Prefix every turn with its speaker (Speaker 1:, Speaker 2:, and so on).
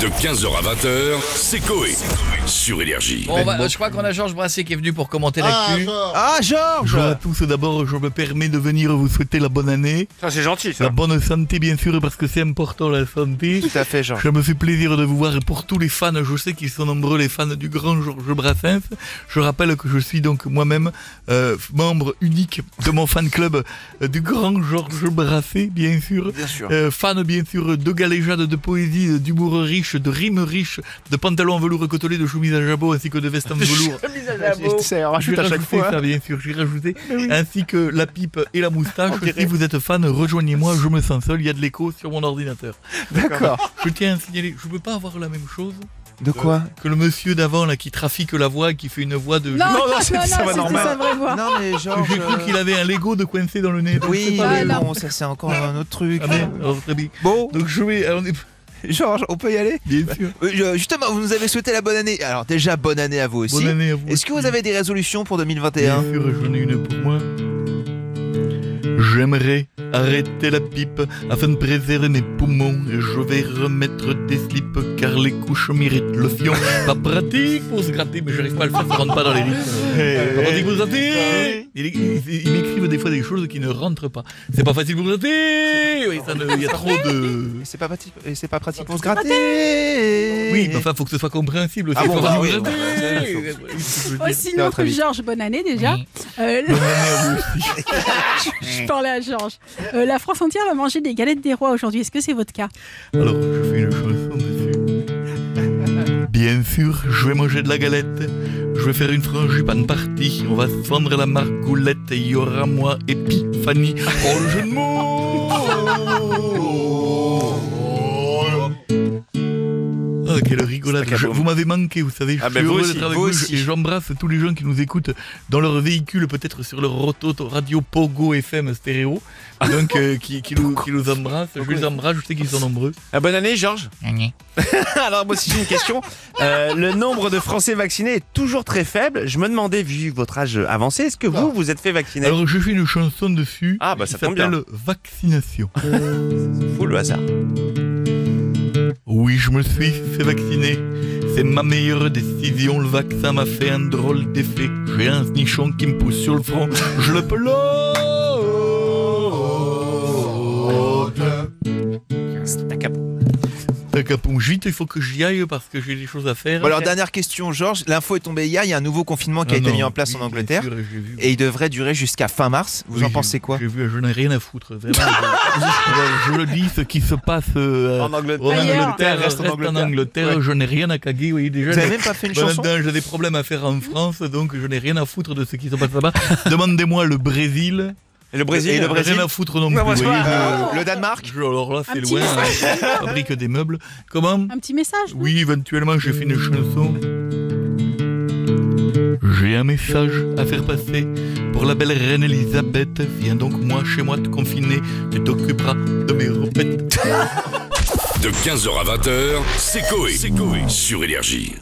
Speaker 1: De 15h à 20h, c'est Coé. Sur Énergie.
Speaker 2: Bon, on va- je crois qu'on a Georges Brassé qui est venu pour commenter l'actu.
Speaker 3: Ah Georges
Speaker 4: Bonjour à tous, d'abord je me permets de venir vous souhaiter la bonne année,
Speaker 3: Ça c'est gentil
Speaker 4: la
Speaker 3: ça.
Speaker 4: bonne santé bien sûr parce que c'est important la santé.
Speaker 3: Tout à fait Georges.
Speaker 4: Je me fais plaisir de vous voir et pour tous les fans, je sais qu'ils sont nombreux, les fans du grand Georges Brassens. Je rappelle que je suis donc moi-même euh, membre unique de mon fan club euh, du grand Georges Brassens, bien sûr.
Speaker 3: Bien sûr.
Speaker 4: Euh, fan bien sûr de galéjades, de poésie, euh, d'humour riche, de rimes riches, de pantalons en velours côtelé, de chemises à jabot ainsi que de vestes en velours.
Speaker 3: C'est
Speaker 4: J'ai
Speaker 3: rajoute à chaque
Speaker 4: rajouté
Speaker 3: fois.
Speaker 4: ça, bien sûr, j'ai rajouté. Ainsi que la pipe et la moustache.
Speaker 3: On dirait.
Speaker 4: Si vous êtes fan, rejoignez-moi, je me sens seul, il y a de l'écho sur mon ordinateur.
Speaker 3: D'accord.
Speaker 4: Je tiens à signaler, je peux pas avoir la même chose
Speaker 3: De quoi
Speaker 4: que le monsieur d'avant là qui trafique la voix, qui fait une voix de.
Speaker 5: Non,
Speaker 3: non, c'est- ça va
Speaker 5: c'était
Speaker 3: normal.
Speaker 5: sa vraie voix.
Speaker 6: Non mais Georges.
Speaker 4: J'ai cru
Speaker 6: euh,
Speaker 4: qu'il avait un Lego de coincé dans le nez. donc c'est
Speaker 6: Oui,
Speaker 4: pas
Speaker 3: Ah
Speaker 6: mais
Speaker 4: bien.
Speaker 5: Voilà.
Speaker 6: bon, ça c'est encore un autre truc.
Speaker 4: Ah merde, alors, très bien.
Speaker 6: Bon,
Speaker 4: Donc je vais. alors, on est-
Speaker 6: Georges, on peut y aller
Speaker 4: Bien sûr.
Speaker 6: Euh, je- Justement, vous nous avez souhaité la bonne année. Alors déjà, bonne année à vous aussi.
Speaker 4: Bonne année à vous.
Speaker 6: Est-ce que vous avez des résolutions pour
Speaker 4: Bien
Speaker 6: 2021
Speaker 4: sûr, j'en ai une pour moi. J'aimerais arrêter la pipe afin de préserver mes poumons. Et Je vais remettre des slips car les couches méritent le fion. Pas pratique pour se gratter, mais j'arrive pas à le faire, ça rentre pas dans les rythmes. Pas pratique pour se gratter Ils ils- ils m'écrivent des fois des choses qui ne rentrent pas. C'est pas facile pour se gratter Oui, ça ne- il y a trop de.
Speaker 6: Et C'est pas pratique, et c'est pas pratique pour se gratter.
Speaker 4: Oui, mais enfin, faut que ce soit compréhensible aussi.
Speaker 6: Ah bon,
Speaker 4: Faut
Speaker 6: bah
Speaker 4: pas
Speaker 6: oui,
Speaker 4: se
Speaker 6: bah,
Speaker 4: gratter.
Speaker 6: oui, bah,
Speaker 5: Oh, sinon,
Speaker 6: très vite.
Speaker 5: Georges, bonne année déjà. Euh,
Speaker 4: Bonne année à vous.
Speaker 5: je parlais à Georges. Euh, la France entière va manger des galettes des rois aujourd'hui. Est-ce que c'est votre cas
Speaker 4: Alors, je fais une chanson dessus. Bien sûr, je vais manger de la galette. Je vais faire une frangipane partie. On va se fendre la margoulette. et Il y aura moi et puis Fanny. Oh, le jeu de mots
Speaker 6: Oh.
Speaker 4: Ah, quelle rigolade. Je- vous m'avez manqué, vous savez. Je
Speaker 3: Ah,
Speaker 4: suis
Speaker 3: ben, vous
Speaker 4: heureux
Speaker 3: aussi,
Speaker 4: d'être avec
Speaker 3: vous
Speaker 4: vous. Je-
Speaker 3: aussi.
Speaker 4: Et j'embrasse tous les gens qui nous écoutent dans leur véhicule, peut-être sur leur roto, radio Pogo FM stéréo. Donc, euh, qui, qui nous, qui nous embrassent. Je les embrasse, je sais qu'ils sont nombreux.
Speaker 3: Ah, bonne année Georges. Alors moi aussi j'ai une question. Euh, le nombre de Français vaccinés est toujours très faible. Je me demandais, vu votre âge avancé, est-ce que vous vous êtes fait vacciner
Speaker 4: Alors je fais une chanson dessus.
Speaker 3: Ah, bah,
Speaker 4: qui
Speaker 3: ça tombe
Speaker 4: s'appelle Vaccination.
Speaker 3: Fou le hasard.
Speaker 4: Oui, je me suis fait vacciner. C'est ma meilleure décision. Le vaccin m'a fait un drôle d'effet. J'ai un nichon qui me pousse sur le front. Je le pelote. Tacapon, vite, il faut que j'y aille parce que j'ai des choses à faire.
Speaker 6: Bon, alors dernière question, Georges. L'info est tombée hier. Il y a un nouveau confinement qui a
Speaker 4: Ah
Speaker 6: été
Speaker 4: non,
Speaker 6: mis en place
Speaker 4: oui,
Speaker 6: en
Speaker 4: bien
Speaker 6: Angleterre
Speaker 4: sûr, j'ai vu.
Speaker 6: et il devrait durer jusqu'à fin mars. Vous
Speaker 4: Oui,
Speaker 6: en
Speaker 4: j'ai-
Speaker 6: pensez quoi
Speaker 4: J'ai vu, je n'ai rien à foutre. Vraiment, je, je- je le dis, ce qui se passe euh,
Speaker 3: En Angleterre.
Speaker 4: en
Speaker 5: Ailleurs.
Speaker 4: Angleterre, reste en Angleterre. Je n'ai rien à caguer, oui, déjà.
Speaker 6: Vous avez même pas fait une
Speaker 4: Bon,
Speaker 6: chanson
Speaker 4: maintenant, j'ai des problèmes à faire en France, donc je n'ai rien à foutre de ce qui se passe là-bas. Demandez-moi le Brésil.
Speaker 3: Et le Brésil
Speaker 6: Et le
Speaker 4: J'ai
Speaker 6: Brésil
Speaker 4: Rien à foutre non plus.
Speaker 3: Non, moi, je
Speaker 4: vous voyez,
Speaker 6: Euh, Le Danemark
Speaker 4: je- alors là, c'est
Speaker 5: Un petit
Speaker 4: loin. hein. Je fabrique des meubles. Comment
Speaker 5: Un petit message non
Speaker 4: oui, éventuellement, j'ai fait une chanson. J'ai un message à faire passer pour la belle reine Elisabeth. Viens donc, moi, chez moi, te confiner. Tu t'occuperas de mes roupettes.
Speaker 1: De 15h à 20h, c'est Coé. Sur Énergie.